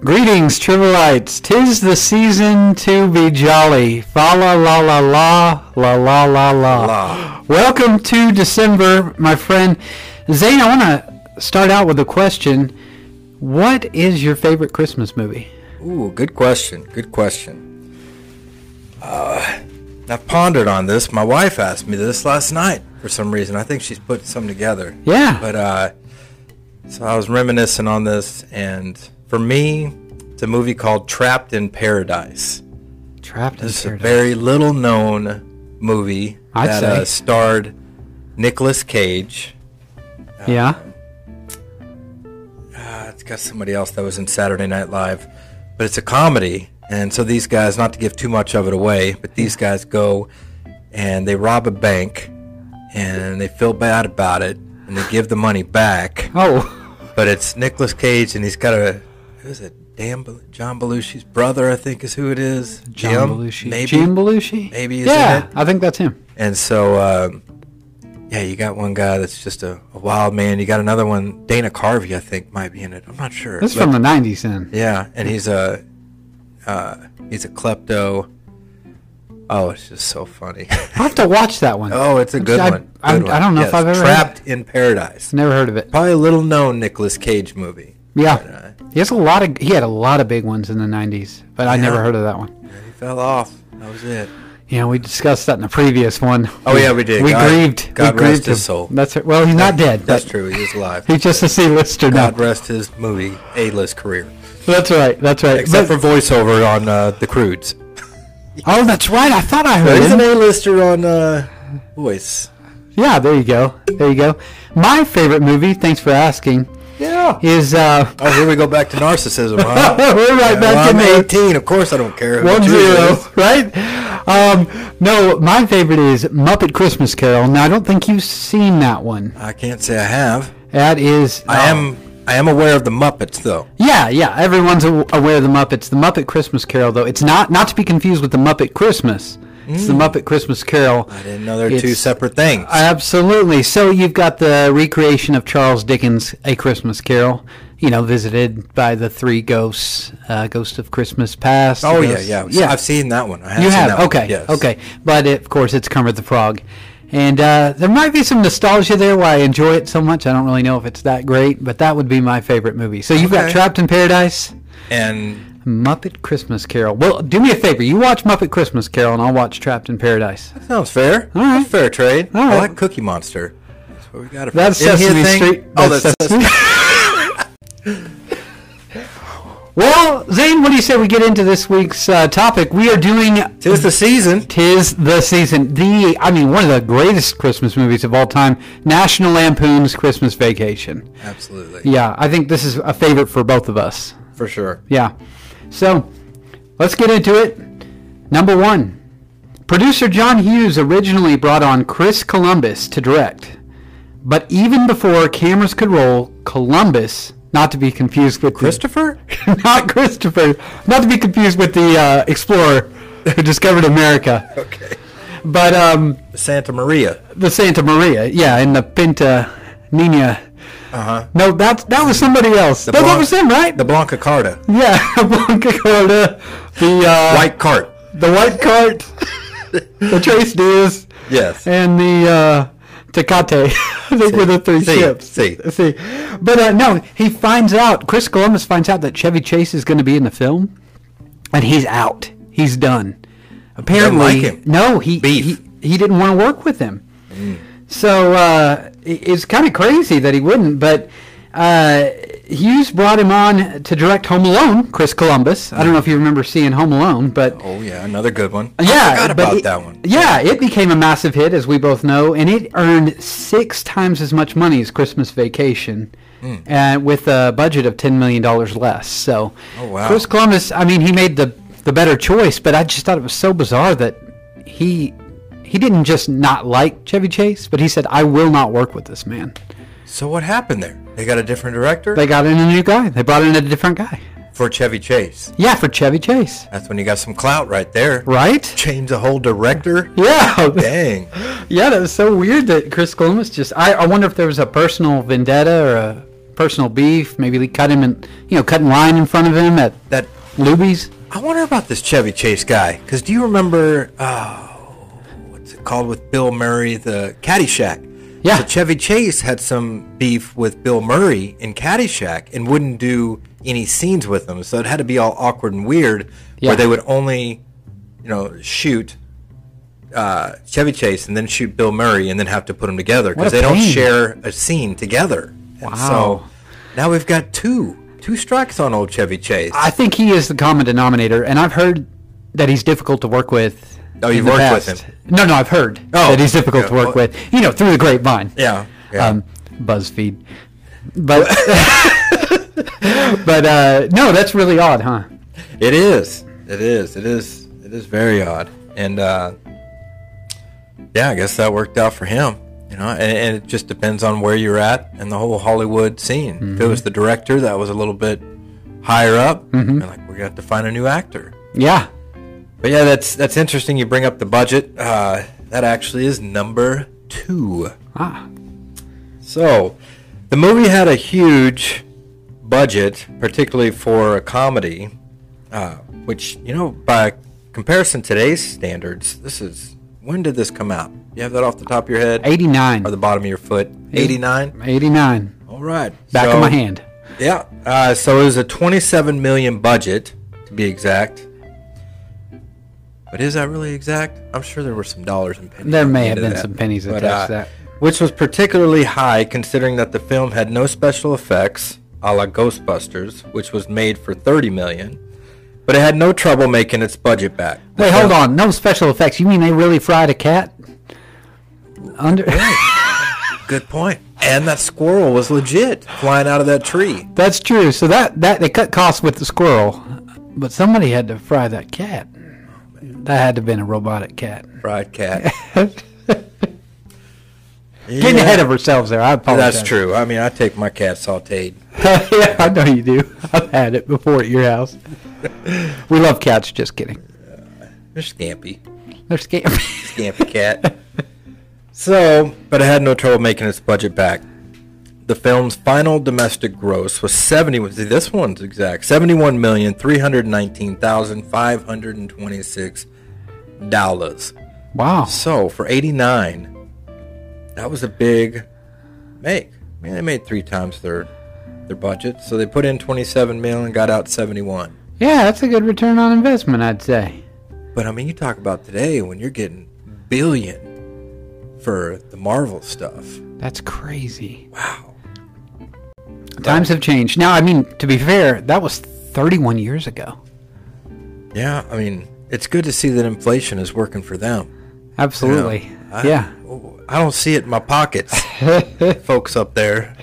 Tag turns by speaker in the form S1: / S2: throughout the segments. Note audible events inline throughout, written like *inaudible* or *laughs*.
S1: Greetings, Tribalites. Tis the season to be jolly. Fa la la la la la la la la.
S2: La.
S1: Welcome to December, my friend. Zane, I want to start out with a question. What is your favorite Christmas movie?
S2: Ooh, good question. Good question. Uh, I've pondered on this. My wife asked me this last night for some reason. I think she's put some together.
S1: Yeah.
S2: But uh, so I was reminiscing on this, and for me, it's a movie called Trapped in Paradise.
S1: Trapped in
S2: It's a
S1: Paradise.
S2: very little known movie
S1: I'd
S2: that
S1: say.
S2: Uh, starred Nicolas Cage.
S1: yeah.
S2: Uh, it's got somebody else that was in Saturday Night Live, but it's a comedy, and so these guys, not to give too much of it away, but these guys go and they rob a bank, and they feel bad about it, and they give the money back,
S1: Oh,
S2: but it's Nicolas Cage, and he's got a who is it? Dan Bel- John Belushi's brother, I think, is who it is.
S1: John
S2: Jim,
S1: Belushi.
S2: maybe.
S1: Jim Belushi.
S2: Maybe he's in
S1: Yeah,
S2: it.
S1: I think that's him.
S2: And so, um, yeah, you got one guy that's just a, a wild man. You got another one, Dana Carvey, I think, might be in it. I'm not sure.
S1: That's
S2: But-
S1: from the '90s, then.
S2: Yeah, and he's a uh, he's a klepto. Oh, it's just so funny. *laughs*
S1: I have to watch that one.
S2: oh, it's a good,
S1: I-
S2: one.
S1: I-
S2: Good
S1: I don't know if I've ever-
S2: Trapped in Paradise.
S1: Never heard of it.
S2: Probably a little known Nicolas Cage movie. But,
S1: Yeah,
S2: uh,
S1: he has a lot of he had a lot of big ones in the '90s, but I never
S2: Yeah.
S1: heard of that one.
S2: he fell off. That was it.
S1: Yeah, we discussed that in the previous one.
S2: Oh, yeah, we did.
S1: We
S2: God-
S1: grieved.
S2: God
S1: we
S2: rest
S1: grieved
S2: his
S1: him.
S2: soul.
S1: That's it. Well, he's not dead.
S2: That's
S1: but
S2: true. He was alive.
S1: He's just a C-lister now.
S2: God rest his movie A-list career,
S1: That's right. That's right.
S2: except
S1: But-
S2: for voiceover on uh, The Crudes.
S1: oh, that's right. I thought I heard
S2: He's
S1: him.
S2: an A-lister on uh, Voice.
S1: Yeah, there you go. There you go. My favorite movie. Thanks for asking.
S2: Yeah.
S1: Is uh, *laughs*
S2: Oh, here we go back to narcissism, huh?
S1: We're *laughs* right back
S2: Uh, well,
S1: in
S2: I'm
S1: there.
S2: 18. Of course, I don't care. who
S1: One
S2: it
S1: zero, *laughs*
S2: is.
S1: right? Um, no, my favorite is Muppet Christmas Carol. Now, I don't think you've seen that one.
S2: I can't say I have.
S1: That is,
S2: I am. I am aware of the Muppets, though.
S1: yeah, yeah. Everyone's aw- aware of the Muppets. The Muppet Christmas Carol, though, it's not not to be confused with the Muppet Christmas. It's the Muppet Christmas Carol.
S2: Mm. I didn't know they're two
S1: It's-
S2: separate things.
S1: Absolutely. So you've got the recreation of Charles Dickens' A Christmas Carol, you know, visited by the three ghosts, uh, Ghost of Christmas Past.
S2: oh
S1: the
S2: yeah,
S1: ghost-
S2: yeah, I've seen that one. I have
S1: You
S2: seen
S1: have
S2: that one.
S1: okay,
S2: Yes.
S1: okay, but it, of course it's Kermit the Frog, and uh, there might be some nostalgia there why I enjoy it so much. I don't really know if it's that great, but that would be my favorite movie. So you've got
S2: Okay.
S1: Trapped in Paradise,
S2: And
S1: Muppet Christmas Carol. Well, do me a favor, you watch Muppet Christmas Carol, and I'll watch Trapped in Paradise.
S2: that sounds fair.
S1: right.
S2: That's fair trade.
S1: All
S2: I
S1: right.
S2: like Cookie Monster. That's what we got. it from.
S1: That's
S2: Isn't he a
S1: Sesame
S2: thing?
S1: Street.
S2: Oh, that's,
S1: Sesame- *laughs* well, Zane, what do you say we get into this week's uh, topic? We are doing
S2: tis the season.
S1: Tis the season. The I mean, one of the greatest Christmas movies of all time, National Lampoon's Christmas Vacation.
S2: Absolutely,
S1: Yeah, I think this is a favorite for both of us.
S2: for sure.
S1: Yeah. So, let's get into it. Number 1. Producer John Hughes originally brought on Chris Columbus to direct. But even before cameras could roll, Columbus, not to be confused with the-
S2: Christopher.
S1: *laughs* not Christopher, not to be confused with the uh, explorer who discovered America.
S2: Okay.
S1: But um,
S2: Santa Maria.
S1: the Santa Maria, yeah, and the Pinta Nina.
S2: Uh huh.
S1: No, that that was somebody else. no, that
S2: Blanc-
S1: was him, right?
S2: The Blanca Carta.
S1: yeah, *laughs* Blanca Corda, the uh,
S2: White cart.
S1: the white cart,
S2: *laughs*
S1: the Trace Diaz,
S2: Yes.
S1: and the uh, Tecate. *laughs* I think were the three
S2: See,
S1: ships.
S2: see.
S1: see, but uh, no, he finds out. Chris Columbus finds out that Chevy Chase is going to be in the film, and he's out. He's done. Apparently,
S2: like him.
S1: no, he
S2: Beef. Mm.
S1: he he didn't want to work with him. So uh, i- it's kind of crazy that he wouldn't, but uh, Hughes brought him on to direct Home Alone, Chris Columbus. I don't know if you remember seeing Home Alone, but
S2: Oh yeah, another good one.
S1: yeah,
S2: I forgot
S1: but
S2: about
S1: it-
S2: that one.
S1: Yeah, it became a massive hit, as we both know, and it earned six times as much money as Christmas Vacation,
S2: Hmm.
S1: and with a budget of ten million dollars less. So,
S2: Oh, wow.
S1: Chris Columbus, I mean, he made the the better choice, but I just thought it was so bizarre that he he didn't just not like Chevy Chase, but he said, "I will not work with this man."
S2: So what happened there? They got a different director
S1: They got in a new guy. They brought in a different guy.
S2: for Chevy Chase.
S1: Yeah, for Chevy Chase,
S2: That's when you got some clout right there.
S1: right?
S2: Change the whole director.
S1: Yeah.
S2: Dang.
S1: Yeah, that was so weird that Chris Columbus just. I, I wonder if there was a personal vendetta or a personal beef. Maybe they cut him and you know cut in line in front of him at
S2: That
S1: Luby's.
S2: I wonder about this Chevy Chase guy because do you remember oh, what's it called with Bill Murray the Caddyshack?
S1: Yeah.
S2: So Chevy Chase had some beef with Bill Murray in Caddyshack and wouldn't do any scenes with him, so it had to be all awkward and weird.
S1: Yeah.
S2: Where they would only, you know, shoot uh, Chevy Chase and then shoot Bill Murray and then have to put them together
S1: What a
S2: because they don't
S1: pain.
S2: share a scene together. And
S1: Wow.
S2: So now we've got two two strikes on old Chevy Chase.
S1: I think he is the common denominator, and I've heard that he's difficult to work with.
S2: Oh,
S1: in
S2: you've
S1: the
S2: worked with
S1: past.
S2: him.
S1: No, no, I've heard
S2: Oh,
S1: that he's difficult to
S2: yeah,
S1: work
S2: well-
S1: with. You know, through the grapevine.
S2: yeah. yeah.
S1: um, BuzzFeed. But *laughs* but uh, no, that's really odd, huh?
S2: It is. It is. It is. It is very odd. And uh, yeah, I guess that worked out for him. You know, and, and it just depends on where you're at and the whole Hollywood scene. If it was the director that was a little bit higher up, and like we're gonna have to find a new actor.
S1: Yeah,
S2: But yeah, that's that's interesting. You bring up the budget. Uh, that actually is number two.
S1: ah,
S2: So, the movie had a huge budget, particularly for a comedy, uh, which, you know, by comparison to today's standards, this is. When did this come out? You have that off the top of your head?
S1: eighty nine.
S2: Or the bottom of your foot? 89?
S1: Eighty nine.
S2: All right.
S1: Back
S2: So-
S1: of my hand.
S2: Yeah. Uh, so it was a 27 million budget, to be exact. But is that really exact? I'm sure there were some dollars and pennies.
S1: There
S2: at the
S1: may have
S2: end of
S1: been
S2: that.
S1: some pennies
S2: But,
S1: attached
S2: uh,
S1: to that.
S2: which was particularly high considering that the film had no special effects, a la Ghostbusters, which was made for 30 million, but it had no trouble making its budget back.
S1: Wait, hold on. No special effects. You mean they really fried a cat? Under.
S2: Good point. And that squirrel was legit flying out of that tree.
S1: *laughs* That's true. So that that they cut costs with the squirrel, but somebody had to fry that cat. That had to have been a robotic cat. *laughs*
S2: Fried cat.
S1: Getting
S2: *laughs* Yeah.
S1: ahead of ourselves there. I apologize.
S2: That's true. I mean, I take my cat sauteed.
S1: *laughs* yeah, I know you do. I've had it before at your house. We love cats. Just kidding.
S2: They're scampy.
S1: They're scared.
S2: Scampy cat. *laughs* so, but it had no trouble making its budget back. The film's final domestic gross was 70. See, this one's exact seventy-one million three hundred nineteen thousand five hundred and twenty-six dollars.
S1: *laughs* wow.
S2: So for eighty-nine, that was a big make. I mean, they made three times their their budget. So they put in twenty-seven million and got out seventy-one.
S1: Yeah, that's a good return on investment, I'd say.
S2: But I mean, you talk about today when you're getting billion for the Marvel stuff.
S1: That's crazy.
S2: Wow.
S1: Times have changed. Now, I mean, to be fair, that was 31 years ago.
S2: Yeah, I mean, it's good to see that inflation is working for them. you know?
S1: Absolutely.
S2: I-
S1: yeah.
S2: I don't see it in my pockets, *laughs* folks up there.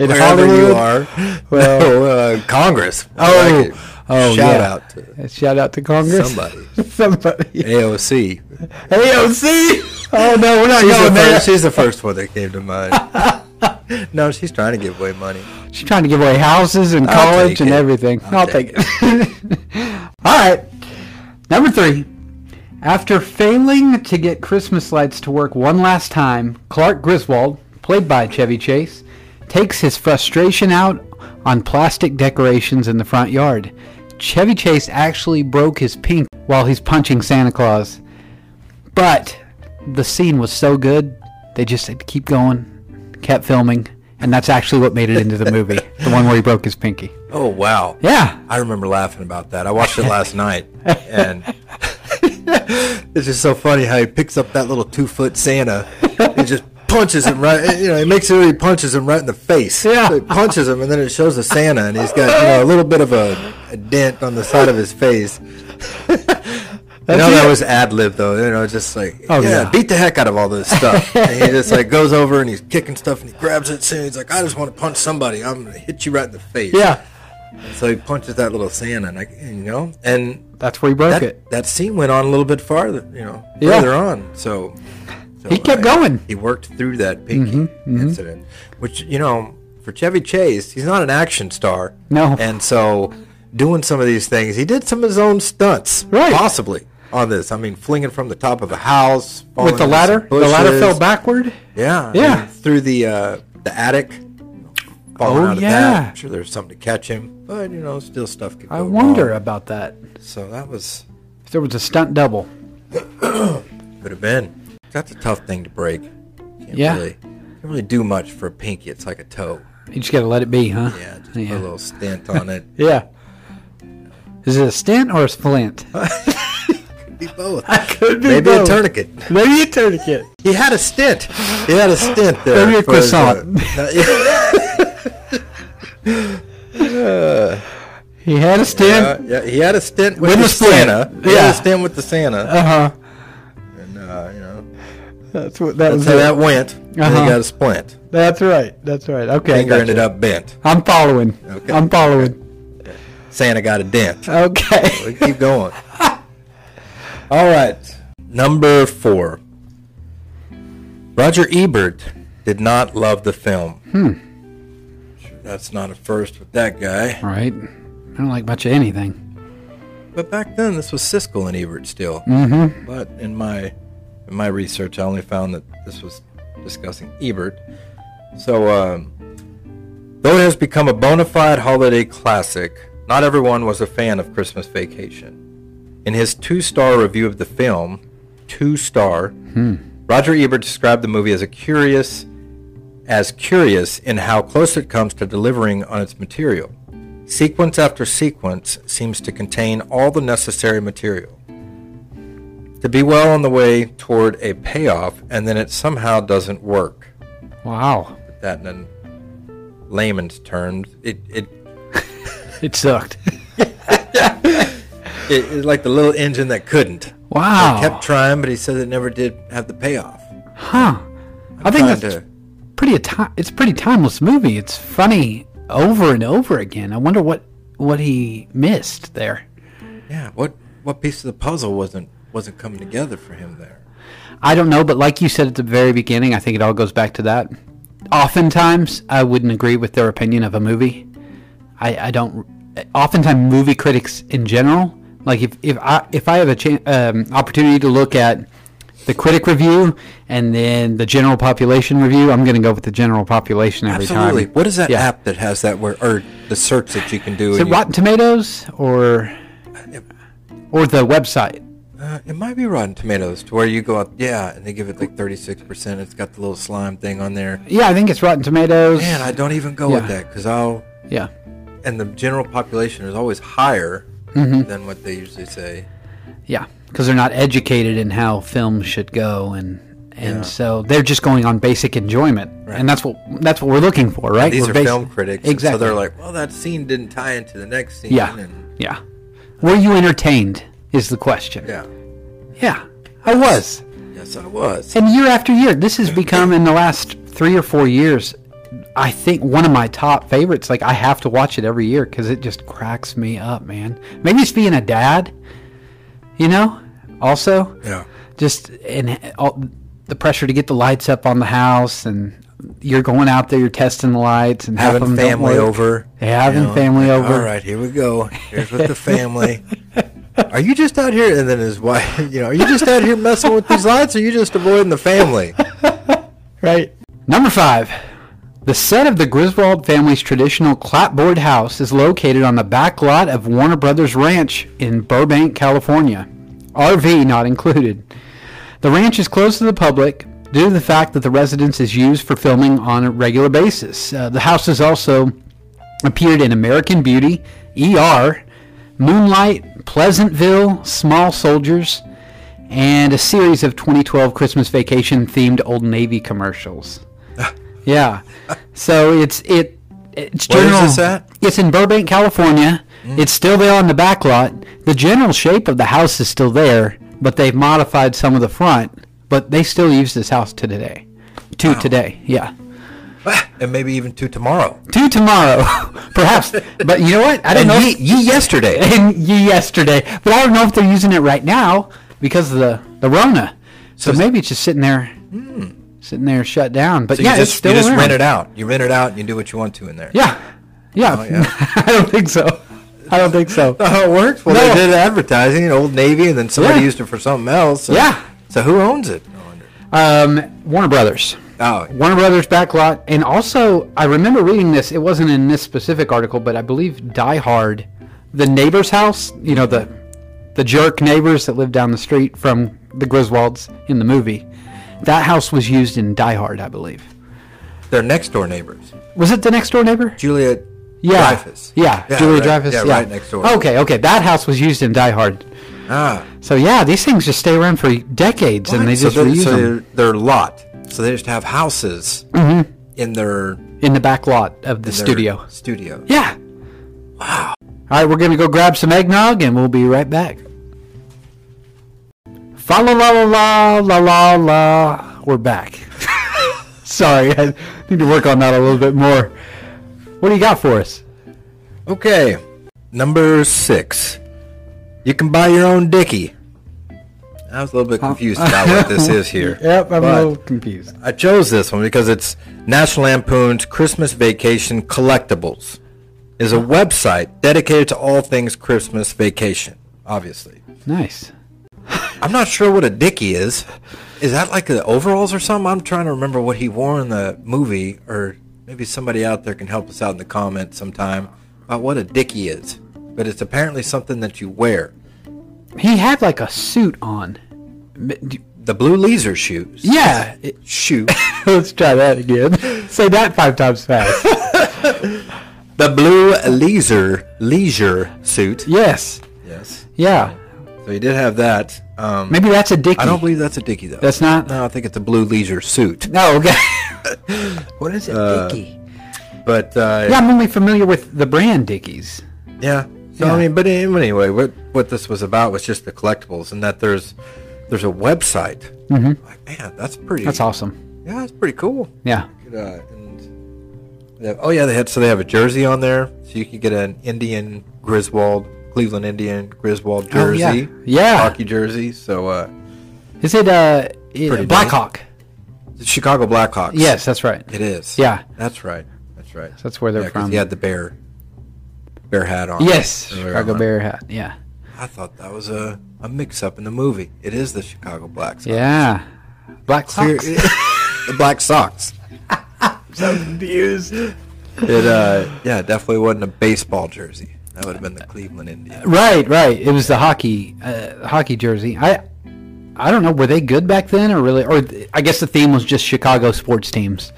S1: In
S2: wherever you
S1: Hollywood?
S2: *laughs* are.
S1: Well-
S2: no, uh, Congress. *laughs*
S1: Oh,
S2: Like it.
S1: oh,
S2: shout
S1: yeah.
S2: *laughs* out to
S1: Shout out to Congress.
S2: Somebody.
S1: *laughs* Somebody.
S2: *laughs* AOC.
S1: AOC. Oh no, we're not
S2: She's, the
S1: going there.
S2: first, she's the first one that came to mind. *laughs* no, she's trying to give away money.
S1: She's trying to give away houses and
S2: I'll
S1: college
S2: take
S1: and
S2: it.
S1: everything. I'll,
S2: I'll
S1: take,
S2: take
S1: it. *laughs* All right. Number three. After failing to get Christmas lights to work one last time, Clark Griswold, played by Chevy Chase, takes his frustration out on plastic decorations in the front yard. Chevy Chase actually broke his pink while he's punching Santa Claus. But the scene was so good, they just had to keep going, kept filming, and that's actually what made it into the movie. the one where he broke his pinky.
S2: Oh, wow.
S1: Yeah.
S2: I remember laughing about that. I watched it
S1: *laughs*
S2: last night, and *laughs* it's just so funny how he picks up that little two foot Santa and just punches him right. You know, he makes it. He punches him right in the face.
S1: Yeah.
S2: So he punches him, and then it shows the Santa, and he's got you know a little bit of a, a dent on the side of his
S1: *laughs*
S2: face. You know that
S1: it.
S2: was ad lib though. You know, just like
S1: Oh,
S2: yeah,
S1: yeah.
S2: beat the heck out of all this
S1: *laughs*
S2: stuff. and he just like goes over and he's kicking stuff and he grabs it. And he's like, I just want to punch somebody. I'm gonna hit you right in the face.
S1: Yeah.
S2: So he punches that little Santa, and I, you know, and
S1: That's where he broke
S2: that
S1: it.
S2: that scene went on a little bit farther, you know,
S1: Yeah.
S2: further on. So, so
S1: He kept going. Mm-hmm,
S2: He worked through that pinky incident, which you know, for Chevy Chase, he's not an action star.
S1: No.
S2: and so doing some of these things, he did some of his own stunts,
S1: Right.
S2: Possibly on this. I mean, flinging from the top of a house falling
S1: With the
S2: into
S1: ladder,
S2: some
S1: the ladder
S2: bushes.
S1: fell backward.
S2: Yeah, I
S1: Yeah.
S2: mean, through the uh, the attic. falling
S1: Oh,
S2: out of
S1: yeah.
S2: that. I'm sure there's something to catch him, but you know, still stuff could go
S1: I wonder
S2: wrong.
S1: about that.
S2: So that was
S1: If there was a stunt double.
S2: could have been. That's a tough thing to break. Can't
S1: Yeah.
S2: really, can't really do much for a pinky. It's like a toe.
S1: You just got to let it be, huh?
S2: Yeah, just
S1: Yeah.
S2: put a little stint
S1: *laughs*
S2: on it.
S1: Yeah. Is it a stent or a *laughs* splint?
S2: Could be both.
S1: Could be
S2: Maybe a
S1: both.
S2: tourniquet.
S1: Maybe a tourniquet.
S2: He had a stint. He had a stint there.
S1: Maybe a
S2: for his, uh, *laughs*
S1: He had a stent.
S2: yeah, he had a stint with,
S1: With
S2: the
S1: the splint.
S2: Santa. He had
S1: Yeah.
S2: a stint with the Santa.
S1: Uh huh.
S2: And, uh, you know,
S1: That's what that
S2: that's
S1: was.
S2: how
S1: it.
S2: that went. And he
S1: Uh-huh.
S2: got a splint.
S1: That's right. That's right. Okay. I
S2: Finger
S1: gotcha.
S2: ended up bent.
S1: I'm following.
S2: Okay.
S1: I'm following.
S2: Santa got a dent.
S1: Okay.
S2: We keep going. *laughs* All right. Number four. Roger Ebert did not love the film. Hmm. Sure, that's not a first with that guy.
S1: All *laughs* right. I don't like much of anything.
S2: But back then, this was Siskel and Ebert still.
S1: Mm-hmm.
S2: But in my in my research, I only found that this was discussing Ebert. So, um, though it has become a bona fide holiday classic, not everyone was a fan of Christmas Vacation. In his two-star review of the film, two-star, Roger Ebert described the movie as a curious, as curious in how close it comes to delivering on its material. Sequence after sequence seems to contain all the necessary material to be well on the way toward a payoff and then it somehow doesn't work.
S1: Wow.
S2: Put That in layman's terms, it, it,
S1: It sucked. *laughs*
S2: it it's like the little engine that couldn't.
S1: Wow.
S2: It kept trying, but he said it never did have the payoff.
S1: huh. I think
S2: Trying
S1: that's pretty a ti- it's a pretty timeless movie. It's funny over and over again. I wonder what what he missed there.
S2: yeah. What what piece of the puzzle wasn't wasn't coming together for him there?
S1: I don't know, but like you said at the very beginning, I think it all goes back to that. Oftentimes, I wouldn't agree with their opinion of a movie. I, I don't. Oftentimes, movie critics in general, like if, if I if I have a cha- um, opportunity to look at the critic review and then the general population review, I'm going to go with the general population every
S2: Absolutely.
S1: time.
S2: What is that
S1: Yeah.
S2: app that has that where or the search that you can do?
S1: Is it
S2: and you-
S1: Rotten Tomatoes or or the website?
S2: Uh, it might be Rotten Tomatoes, to where you go out, yeah, and they give it like thirty six percent. It's got the little slime thing on there.
S1: Yeah, I think it's Rotten Tomatoes.
S2: Man, I don't even go
S1: Yeah.
S2: with that because I'll
S1: yeah.
S2: and the general population is always higher
S1: Mm-hmm.
S2: than what they usually say.
S1: Yeah, because they're not educated in how films should go, and and so they're just going on basic enjoyment, and that's what that's what we're looking for, right?
S2: These
S1: We're
S2: are
S1: basi-
S2: film critics, and
S1: exactly.
S2: so they're like, "Well, that scene didn't tie into the next scene."
S1: yeah,
S2: and,
S1: yeah. Were you entertained? Is the question?
S2: yeah,
S1: Yeah, I was.
S2: yes, I was.
S1: And year after year, this has become in the last three or four years, I think one of my top favorites. Like I have to watch it every year because it just cracks me up, man. Maybe it's being a dad, you know. Also,
S2: Yeah,
S1: just and all the pressure to get the lights up on the house and you're going out there you're testing the lights and half of
S2: having
S1: them don't
S2: family
S1: work.
S2: over.
S1: Yeah, having family
S2: like,
S1: over.
S2: All right, here we go.
S1: *laughs*
S2: Here's with the family. Are you just out here? And then his wife, *laughs* you know, are you just out here messing with these lights? Or are you just avoiding the family?
S1: right number five the set of the griswold family's traditional clapboard house is located on the back lot of warner brothers ranch in burbank california rv not included the ranch is closed to the public due to the fact that the residence is used for filming on a regular basis Uh, the house is also appeared in American Beauty, ER, Moonlight, Pleasantville, Small Soldiers, and a series of 2012 Christmas Vacation themed Old Navy
S2: *laughs*
S1: commercials. yeah, so it's it. It's
S2: Where is
S1: general.
S2: this at? Mm.
S1: It's in Burbank, California. It's still there on the back lot. The general shape of the house is still there, but they've modified some of the front. But they still use this house to today, to today. Yeah
S2: Ah, and maybe even to tomorrow.
S1: to tomorrow, *laughs* perhaps. But you know what? I don't know.
S2: ye,
S1: if-
S2: ye
S1: *laughs*
S2: yesterday.
S1: and ye yesterday, but I don't know if they're using it right now because of the the Rona. So, maybe it's just sitting there, sitting there shut down. But
S2: So
S1: yeah,
S2: you just,
S1: it's still
S2: you just
S1: around.
S2: rent it out. You rent it out and you do what you want to in there.
S1: Yeah, Oh, yeah.
S2: yeah.
S1: *laughs* I don't think so. I don't think *laughs* so.
S2: That's how it works. Well,
S1: No.
S2: they did advertising in Old Navy, and then somebody
S1: Yeah.
S2: used it for something else. So,
S1: Yeah.
S2: So who owns it? I wonder.
S1: Um, Warner Brothers.
S2: Oh,
S1: Warner Brothers Backlot, and also I remember reading this. It wasn't in this specific article, but I believe Die Hard, the neighbor's house. You know the the jerk neighbors that lived down the street from the Griswolds in the movie. That house was used in Die Hard, I believe.
S2: Oh, they're next door neighbors.
S1: Was it the next door neighbor?
S2: Julia
S1: Yeah.
S2: Dreyfus.
S1: Yeah, Oh.
S2: Yeah,
S1: Julia
S2: right-
S1: Dreyfus.
S2: yeah, right next door.
S1: Okay, okay. That house was used in Die Hard.
S2: Ah.
S1: So yeah, these things just stay around for decades, and they
S2: so
S1: just
S2: they're,
S1: reuse
S2: so
S1: them
S2: they're, they're lot. So they just have houses in their,
S1: in the back lot of the Mm-hmm.
S2: their
S1: studio.
S2: Studio.
S1: Yeah. Wow. All right, we're going to go grab some eggnog and we'll be right back. Fa la la la la la la la. We're back. *laughs* Sorry, I need to work on that a little bit more. What do you got for us?
S2: Okay. Number six. You can buy your own dicky. I was a little bit confused about what this
S1: *laughs*
S2: is here. But-
S1: confused.
S2: I chose this one because it's National Lampoon's Christmas Vacation Collectibles. is a website dedicated to all things Christmas vacation, obviously.
S1: Nice.
S2: I'm not sure what a dicky is. Is that like the overalls or something? I'm trying to remember what he wore in the movie or maybe somebody out there can help us out in the comments sometime about what a dicky is. But it's apparently something that you wear.
S1: He had like a suit on.
S2: The blue leisure shoes.
S1: Yeah.
S2: Shoe.
S1: *laughs* Let's try that again. Say that five times fast.
S2: the blue leisure leisure suit.
S1: yes.
S2: Yes.
S1: Yeah.
S2: So he did have that. Um,
S1: Maybe that's a dicky.
S2: I don't believe that's a dicky though.
S1: That's not?
S2: No, I think it's a blue leisure suit.
S1: No, okay. *laughs* what is a
S2: Uh,
S1: dicky?
S2: But uh,
S1: Yeah, I'm only familiar with the brand Dickies.
S2: Yeah. So I
S1: Yeah.
S2: mean, but an- anyway, what what this was about was just the collectibles, and that there's there's a website. Mm-hmm. Like, man, that's pretty.
S1: That's awesome.
S2: Yeah, that's pretty cool.
S1: Yeah.
S2: You could, uh, and they have, oh yeah, they had so they have a jersey on there, so you could get an Indian Griswold, Cleveland Indian Griswold
S1: Oh,
S2: jersey,
S1: yeah. Yeah.
S2: hockey jersey. So uh,
S1: Is it uh
S2: Pretty
S1: Black
S2: nice.
S1: Hawk?
S2: the Chicago Blackhawks.
S1: Yes, that's right.
S2: it is.
S1: Yeah.
S2: that's right. That's right.
S1: That's where they're
S2: Yeah, 'cause
S1: from.
S2: He had the bear bear hat on.
S1: Yes,
S2: earlier
S1: Chicago
S2: on.
S1: Bear hat. Yeah.
S2: I thought that was a, a mix up in the movie. It is the Chicago Black Sox.
S1: Yeah. Black
S2: Here-
S1: Sox.
S2: *laughs* the Black *laughs* Sox. It uh yeah, it definitely wasn't a baseball jersey. That would have been the Cleveland Indians.
S1: Right, right. It was the hockey uh, hockey jersey. I I don't know were they good back then or really or th- I guess the theme was just Chicago sports teams.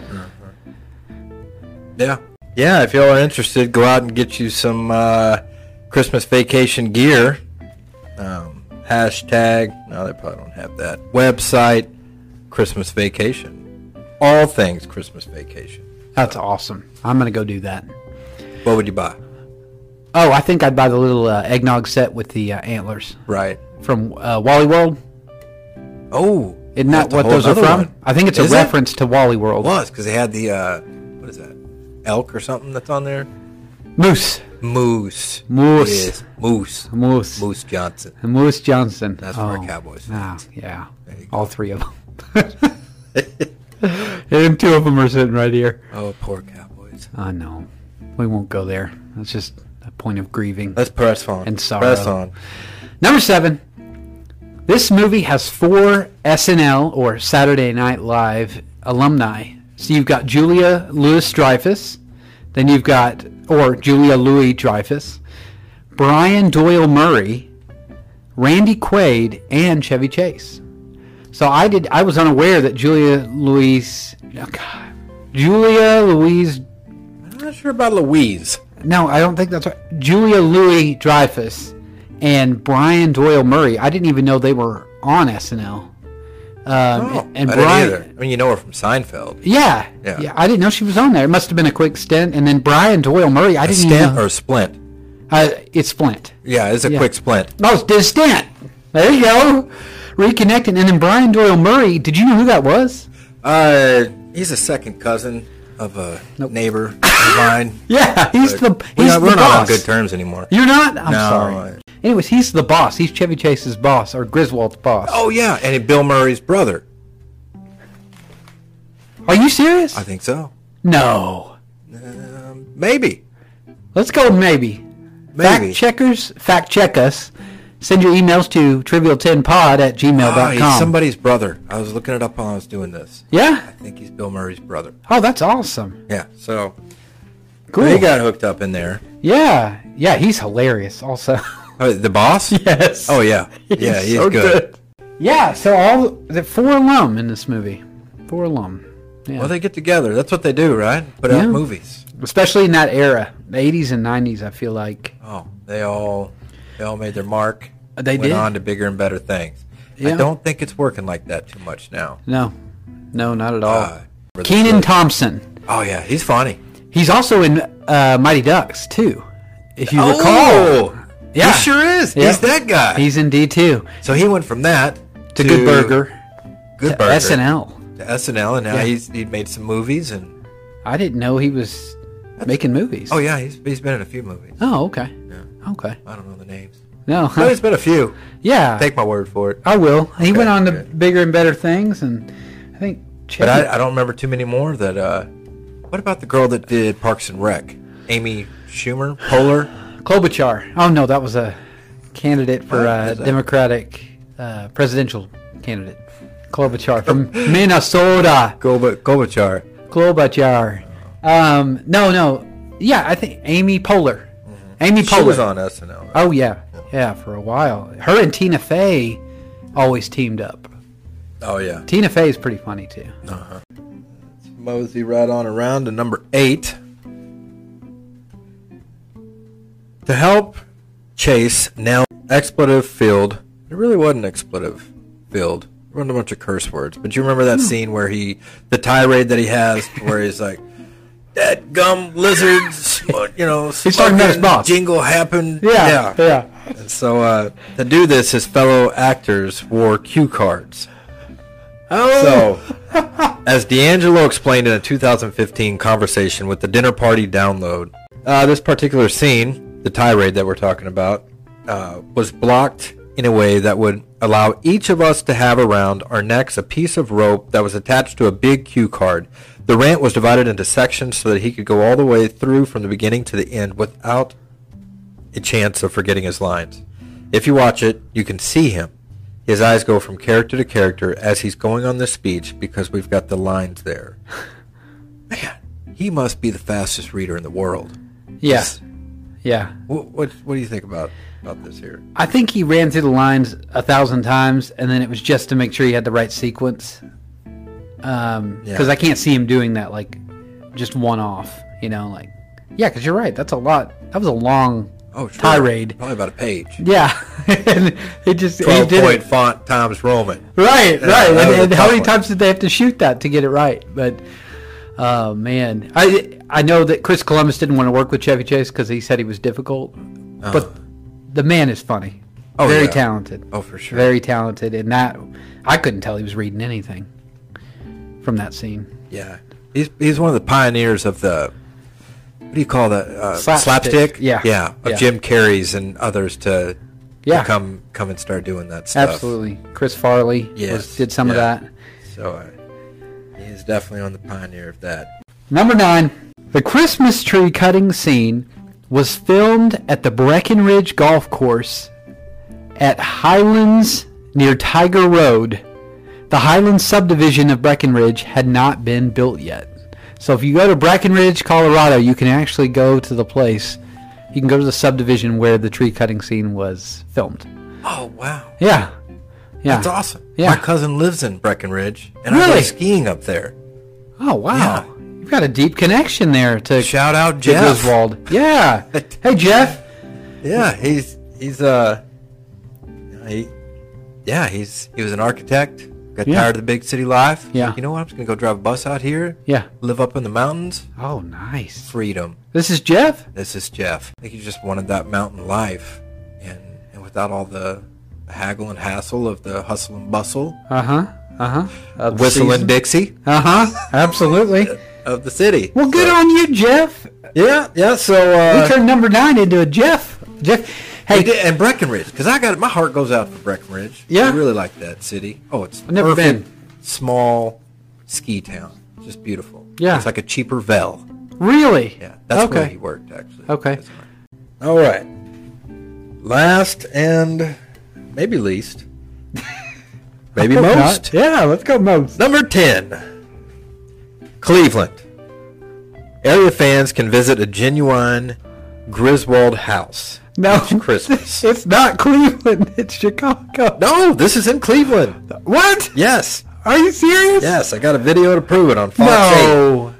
S2: Yeah. Yeah, if y'all are interested, go out and get you some uh, Christmas vacation gear. Um, hashtag no, they probably don't have that. Website Christmas vacation. All things Christmas vacation.
S1: That's awesome. I'm going to go do that.
S2: What would you buy?
S1: Oh, I think I'd buy the little uh, eggnog set with the uh, antlers
S2: Right.
S1: from uh, Wally World.
S2: Oh,
S1: Isn't
S2: that's
S1: that
S2: a
S1: what
S2: whole
S1: those are
S2: nother
S1: from?
S2: one.
S1: I think it's a
S2: Is it?
S1: reference to Wally World.
S2: was because they had the uh, what is that elk or something that's on there
S1: Moose.
S2: moose
S1: Moose.
S2: Yes, moose
S1: Moose.
S2: moose johnson
S1: And Moose Johnson.
S2: That's from our Cowboys
S1: Ah, yeah.
S2: you go.
S1: All three of them. *laughs* and two of them are sitting right here.
S2: oh poor cowboys
S1: I know. We won't go there. That's just a point of grieving.
S2: let's press on
S1: And sorrow.
S2: press on
S1: Number seven. This movie has four SNL or Saturday Night Live alumni. So you've got Julia Louis Dreyfus, then you've got or Julia Louis Dreyfus, Brian Doyle Murray, Randy Quaid, and Chevy Chase. So I did. I was unaware that Julia Louise, oh God, Julia Louise.
S2: i'm not sure about louise
S1: No, I don't think that's right. Julia Louis Dreyfus and Brian Doyle Murray. I didn't even know they were on SNL. Um,
S2: oh,
S1: and
S2: I
S1: Brian,
S2: didn't either i mean you know her from seinfeld
S1: Yeah,
S2: Yeah.
S1: yeah, I didn't know she was on there. It must have been a quick stint. And then Brian Doyle Murray. I
S2: a
S1: didn't even
S2: stint
S1: know.
S2: or splint
S1: uh, it's Flint.
S2: yeah it's a quick splint
S1: Oh, it's did stint. There you go. Reconnecting. And then Brian Doyle Murray. Did you know who that was?
S2: uh he's a second cousin of a neighbor of mine
S1: *laughs* Yeah, he's the
S2: we're,
S1: he's
S2: not,
S1: the
S2: we're not on
S1: boss.
S2: good terms anymore
S1: You're not. I'm
S2: No.
S1: sorry. Anyways, he's the boss. He's Chevy Chase's boss or Griswold's boss.
S2: oh yeah and bill murray's brother
S1: Are you serious?
S2: i think so
S1: No.
S2: maybe
S1: Let's go with maybe.
S2: maybe
S1: Fact checkers, fact check us. Send your emails to trivial10pod at
S2: Oh, he's
S1: gmail.com.
S2: somebody's brother. I was looking it up while I was doing this.
S1: yeah?
S2: I think he's Bill Murray's brother.
S1: Oh, that's awesome.
S2: Yeah. So
S1: Cool.
S2: they got hooked up in there.
S1: yeah. Yeah, he's hilarious also.
S2: *laughs* Oh, the boss?
S1: yes.
S2: Oh yeah. yeah, he's good.
S1: Yeah, so all the four alum in this movie. Four alum. Yeah.
S2: Well, they get together. That's what they do, right? Put
S1: Yeah.
S2: out movies.
S1: Especially in that era, the 80s and 90s, I feel like.
S2: Oh, they all they all made their mark.
S1: Uh, They
S2: went
S1: did.
S2: on to bigger and better things.
S1: Yeah.
S2: I don't think it's working like that too much now.
S1: No. No, not at all.
S2: Uh, for the-
S1: Oh. Keenan Thompson.
S2: Oh yeah, he's funny.
S1: He's also in uh, Mighty Ducks, too. If you recall,
S2: Oh,
S1: Yeah.
S2: he sure is.
S1: Yeah.
S2: He's that guy.
S1: he's in D2
S2: so he went from that
S1: to Good Burger,
S2: Good
S1: to
S2: Burger,
S1: SNL.
S2: to SNL, and now
S1: Yeah.
S2: he's he made some movies and
S1: I didn't know he was making movies.
S2: oh yeah, he's he's been in a few movies.
S1: Oh, okay. Okay.
S2: I don't know the names,
S1: No.
S2: but he's been a few.
S1: *laughs* yeah.
S2: Take my word for it.
S1: I will. He went on to
S2: good.
S1: bigger and better things, and I think.
S2: But I, I don't remember too many more. That uh, what about the girl that did Parks and Rec? Amy Schumer, Polar.
S1: Klobuchar. Oh no, that was a candidate for
S2: What
S1: uh,
S2: is that?
S1: Democratic uh, presidential candidate. Klobuchar
S2: *laughs*
S1: from
S2: Oh.
S1: Minnesota.
S2: Golba, Golbachar.
S1: Klobuchar. Um, no, no. Yeah, I think Amy Poehler. Amy
S2: Mm-hmm. She was
S1: Poehler.
S2: on SNL.
S1: Oh yeah, yeah, for a while. Her and Tina Fey always teamed up.
S2: Oh yeah.
S1: Tina Fey is pretty funny too.
S2: Mosey right on around to number eight. To help Chase now expletive filled. It really wasn't expletive filled. It wasn't a bunch of curse words. But you remember that
S1: Hmm.
S2: scene where he, the tirade that he has, where he's like, "That gum lizard,"
S1: *laughs*
S2: sm- you know,
S1: He's talking about his
S2: smoking
S1: boss.
S2: Jingle happened.
S1: Yeah, yeah.
S2: And so uh, to do this, his fellow actors wore cue cards.
S1: Oh,
S2: So, as D'Angelo explained in a 2015 conversation with the Dinner Party Download, uh, this particular scene, the tirade that we're talking about, uh, was blocked in a way that would allow each of us to have around our necks a piece of rope that was attached to a big cue card. The rant was divided into sections so that he could go all the way through from the beginning to the end without a chance of forgetting his lines. If you watch it, you can see him. His eyes go from character to character as he's going on this speech because we've got the lines there. *laughs* Man, he must be the fastest reader in the world.
S1: yeah,
S2: Yes.
S1: yeah.
S2: What, what, what do you think about, about this here?
S1: I think he ran through the lines a thousand times, and then it was just to make sure he had the right sequence. Because
S2: Yeah.
S1: I can't see him doing that, like just one off. You know, like yeah. Because you're right. That's a lot. That was a long
S2: Oh, sure.
S1: Tirade.
S2: Probably about a page.
S1: Yeah, *laughs* and it just he
S2: 12
S1: did
S2: point
S1: it
S2: font times Roman.
S1: right,
S2: that
S1: right. And,
S2: was a
S1: and how
S2: tough
S1: many
S2: one.
S1: times did they have to shoot that to get it right? But oh man, I I know that Chris Columbus didn't want to work with Chevy Chase because he said he was difficult, but the man is funny,
S2: Uh-huh. Oh,
S1: very
S2: yeah.
S1: talented,
S2: Oh, for sure.
S1: very talented, and that I couldn't tell he was reading anything from that scene.
S2: Yeah. He's, he's one of the pioneers of the, what do you call that? Uh,
S1: Slapstick.
S2: slapstick?
S1: Yeah.
S2: Yeah. Of
S1: Yeah.
S2: Jim Carrey's and others to,
S1: Yeah.
S2: to come, come and start doing that stuff.
S1: Absolutely, Chris Farley was-
S2: Yes,
S1: did some of
S2: yeah.
S1: that.
S2: So uh, he's definitely on the pioneer of that.
S1: Number nine, the Christmas tree cutting scene was filmed at the Breckenridge Golf Course at Highlands near Tiger Road. The Highlands subdivision of Breckenridge had not been built yet. So if you go to Breckenridge, Colorado, you can actually go to the place. You can go to the subdivision where the tree cutting scene was filmed.
S2: Oh wow,
S1: Yeah. Yeah.
S2: that's awesome!
S1: Yeah.
S2: My cousin lives in Breckenridge, and I
S1: Really?
S2: go skiing up there.
S1: Oh, wow.
S2: Yeah.
S1: You've got a deep connection there to
S2: Shout out
S1: to
S2: Jeff.
S1: Griswold.
S2: *laughs*
S1: Yeah. hey, Jeff.
S2: Yeah, he's he's uh, he, yeah, he's he was an architect. Got
S1: Yeah.
S2: tired of the big city life.
S1: Yeah.
S2: Like, you know what? I'm just gonna go drive a bus out here.
S1: Yeah.
S2: Live up in the mountains.
S1: Oh, nice.
S2: Freedom.
S1: This is Jeff.
S2: This is Jeff. I think he just wanted that mountain life, and and without all the haggle and hassle of the hustle and bustle,
S1: Uh huh. Uh huh.
S2: whistle and Dixie
S1: Uh huh. *laughs* Absolutely.
S2: of the city.
S1: Well, good
S2: So-
S1: on you, Jeff.
S2: Yeah, yeah. So
S1: We
S2: uh,
S1: turned number nine into a Jeff. Jeff.
S2: Hey,
S1: Hey,
S2: di- and Breckenridge, because I got it. My heart goes out for Breckenridge.
S1: Yeah.
S2: I really like that city. Oh, it's
S1: I've never
S2: perfect,
S1: been.
S2: Small ski town, just beautiful.
S1: Yeah.
S2: it's like a cheaper Vell.
S1: really?
S2: Yeah, that's where
S1: okay.
S2: he worked actually.
S1: Okay.
S2: That's right. All right. Last and
S1: *laughs*
S2: Maybe least. Maybe
S1: Hope not.
S2: most.
S1: Yeah, let's go most.
S2: Number 10, Cleveland. Area fans can visit a genuine Griswold house.
S1: No,
S2: each Christmas.
S1: It's not Cleveland. *laughs* It's Chicago.
S2: no, this is in Cleveland.
S1: What?
S2: Yes.
S1: Are you serious?
S2: Yes, I got a video to prove it on Fox 8.
S1: No.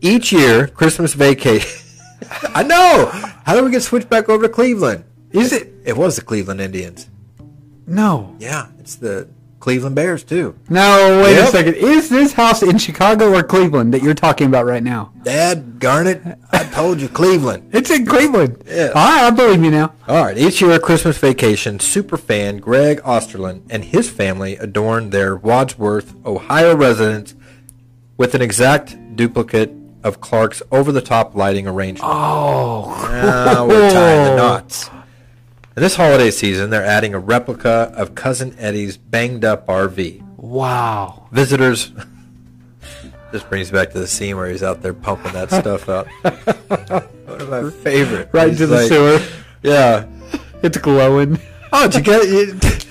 S2: Each year, Christmas vacation. *laughs* I know. How do we get switched back over to Cleveland?
S1: Is it?
S2: It was the Cleveland Indians.
S1: No.
S2: Yeah, it's the Cleveland Bears, too.
S1: No, wait a
S2: Yep.
S1: second. Is this house in Chicago or Cleveland that you're talking about right now?
S2: Dad, Garnet, I told you Cleveland.
S1: It's in Cleveland.
S2: Yeah.
S1: All right, I believe you now.
S2: All right, each year at Christmas vacation, superfan Greg Osterlund and his family adorn their Wadsworth, Ohio residence with an exact duplicate of Clark's over-the-top lighting arrangement.
S1: Oh.
S2: Now we're
S1: *laughs*
S2: tying the knots. And this holiday season, they're adding a replica of Cousin Eddie's banged-up RV.
S1: Wow.
S2: Visitors. *laughs* this brings back to the scene where he's out there pumping that
S1: *laughs*
S2: stuff out. One of my favorite.
S1: Right
S2: He's
S1: into the
S2: like-
S1: sewer. *laughs*
S2: Yeah.
S1: It's glowing. *laughs*
S2: Oh, did you get it?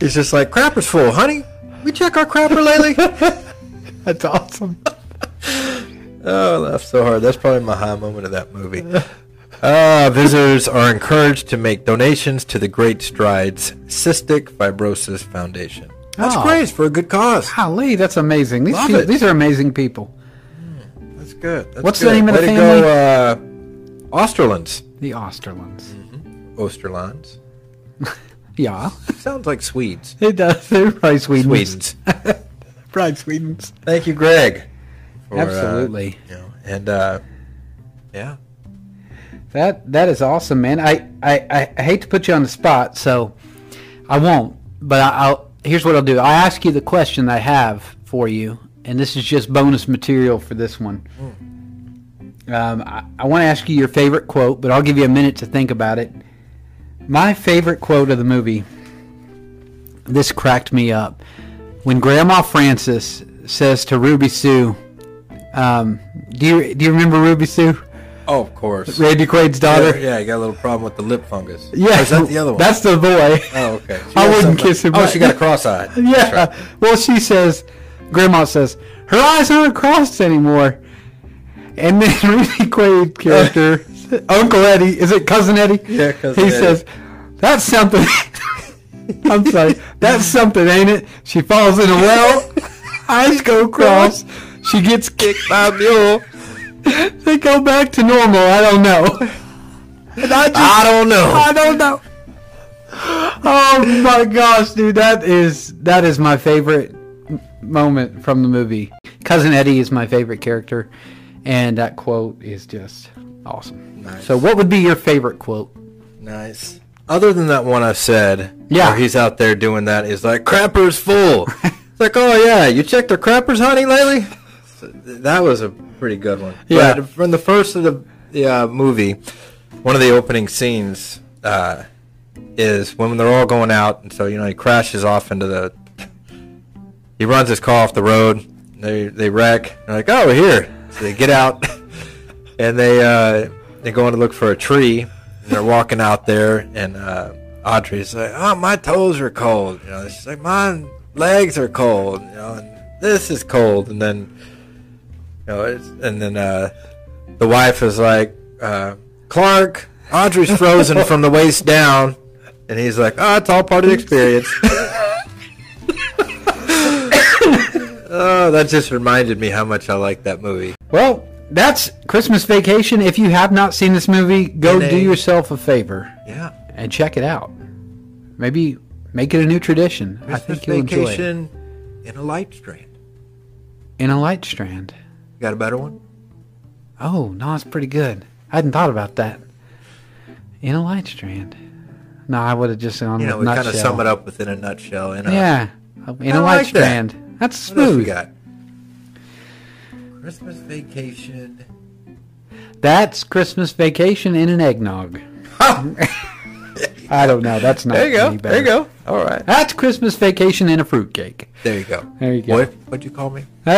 S2: It's just like crapper's full, honey. We check our
S1: *laughs*
S2: crapper lately.
S1: That's awesome.
S2: oh, I laughed so hard. That's probably my high moment of that movie. Uh, visitors are encouraged to make donations to the Great Strides Cystic Fibrosis Foundation. That's
S1: Oh.
S2: great. It's for a good cause.
S1: Golly, that's amazing. These
S2: Love
S1: people,
S2: it.
S1: these are amazing people.
S2: That's good. That's
S1: What's the
S2: good.
S1: name of the
S2: Way to Go, uh, Osterlands.
S1: The Osterlands.
S2: Osterlands.
S1: Yeah. *laughs*
S2: Sounds like Swedes.
S1: It does. *laughs* They're probably Sweden.
S2: Swedes.
S1: Probably Swedens.
S2: Thank you, Greg. for, uh,
S1: Absolutely.
S2: you know, and uh, yeah.
S1: That that is awesome, man. I, I, I hate to put you on the spot, so I won't. But I, I'll here's what I'll do. I ask you the question that I have for you, and this is just bonus material for this one. Um, I, I want to ask you your favorite quote, but I'll give you a minute to think about it. My favorite quote of the movie. This cracked me up when Grandma Francis says to Ruby Sue, um, "Do you do you remember Ruby Sue,
S2: Oh, of course.
S1: Randy Quaid's daughter?"
S2: Yeah, yeah, you got a little problem with the lip fungus.
S1: Yeah,
S2: Or is that the other one?
S1: That's the boy.
S2: oh, okay. She
S1: I
S2: has
S1: wouldn't
S2: something-
S1: kiss him
S2: Oh,
S1: back.
S2: she got a cross-eyed.
S1: *laughs* yeah.
S2: That's right.
S1: Well, she says, Grandma says, her eyes aren't crossed anymore. And then *laughs* Rudy Quaid
S2: *laughs*
S1: character, Uncle Eddie, is it Cousin Eddie?
S2: Yeah, Cousin
S1: He
S2: Eddie.
S1: says, that's something. *laughs* I'm sorry. That's something, ain't it? She falls in a
S2: *laughs*
S1: well. eyes go cross. She gets kicked by a mule. they go back to normal. I don't know. And *laughs* I just
S2: I don't know.
S1: I don't know. Oh my gosh, dude, that is that is my favorite m- moment from the movie. Cousin Eddie is my favorite character, and that quote is just awesome.
S2: Nice.
S1: So, what would be your favorite quote?
S2: Nice. Other than that one I said,
S1: Yeah.
S2: where he's out there doing that, is like
S1: *laughs*
S2: crapper's full. it's like, oh yeah, you checked the crappers, honey, lately. So th- that was a pretty good one.
S1: Yeah.
S2: But from the first of the, the uh, movie, one of the opening scenes uh, is when they're all going out, and so you know he crashes off into the. He runs his car off the road. They they wreck. They're like, oh, we're here. So they get out, *laughs* and they uh, they go in to look for a tree. And they're walking out there, and uh, Audrey's like, oh, my toes are cold. You know, she's like, my legs are cold. You know, and this is cold. And then you know, it's, and then uh, the wife is like, uh, Clark, Audrey's frozen from the waist down. And he's like, oh, it's all part of
S1: *laughs*
S2: the experience. oh, that just reminded me how much I like that movie.
S1: Well, that's Christmas Vacation. If you have not seen this movie, go
S2: And
S1: do
S2: a-
S1: yourself a favor
S2: Yeah.
S1: and check it out. Maybe make it a new tradition. I think you'll enjoy it.
S2: vacation in a light strand.
S1: In a light strand.
S2: You got a better one?
S1: Oh, no, it's pretty good. I hadn't thought about that. In a light strand. No, I would have just gone
S2: You
S1: with
S2: know, we kind
S1: nutshell.
S2: of sum it up within a nutshell. In a,
S1: Yeah, in
S2: I
S1: a light
S2: like that.
S1: strand. That's
S2: What else we
S1: smooth.
S2: got?
S1: *laughs*
S2: Christmas vacation.
S1: That's Christmas vacation in an eggnog. I don't know. That's not any better.
S2: go. All right.
S1: That's Christmas vacation in a fruitcake.
S2: There you go.
S1: There you go.
S2: What? What'd you call me?
S1: *laughs*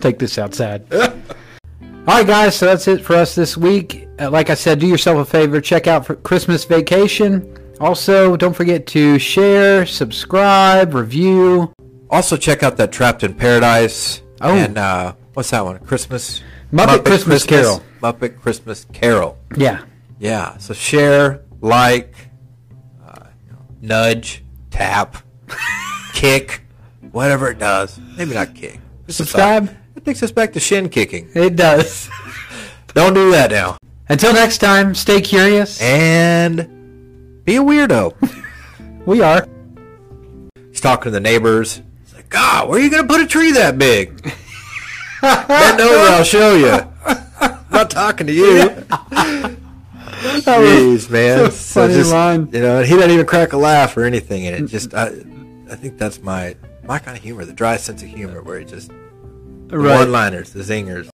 S1: Take this outside. All right, guys. So that's it for us this week. Uh, like I said, do yourself a favor. Check out for Christmas Vacation. Also, don't forget to share, subscribe, review.
S2: Also, check out that Trapped in Paradise.
S1: Oh.
S2: And uh, what's that one? Christmas?
S1: Muppet Christmas Carol.
S2: Muppet Christmas Carol.
S1: Yeah.
S2: Yeah. So share, like, uh, you know, nudge,
S1: *laughs*
S2: tap, kick, whatever it does. Maybe not kick. Just
S1: Subscribe.
S2: aside. It takes us back to shin kicking.
S1: It does. *laughs*
S2: Don't do that now.
S1: Until next time, stay curious.
S2: And be a weirdo.
S1: we *laughs* are.
S2: He's talking to the neighbors. He's like, God, where are you going to put a tree
S1: *laughs*
S2: that big? Bend over, I'll show you. I'm not talking
S1: *laughs*
S2: to you. Jeez, man.
S1: was a funny
S2: just,
S1: line.
S2: You know, and he doesn't even crack a laugh or anything. And it just, I, I think that's my my kind of humor, the dry sense of humor, where it just
S1: Right.
S2: one liners, the zingers.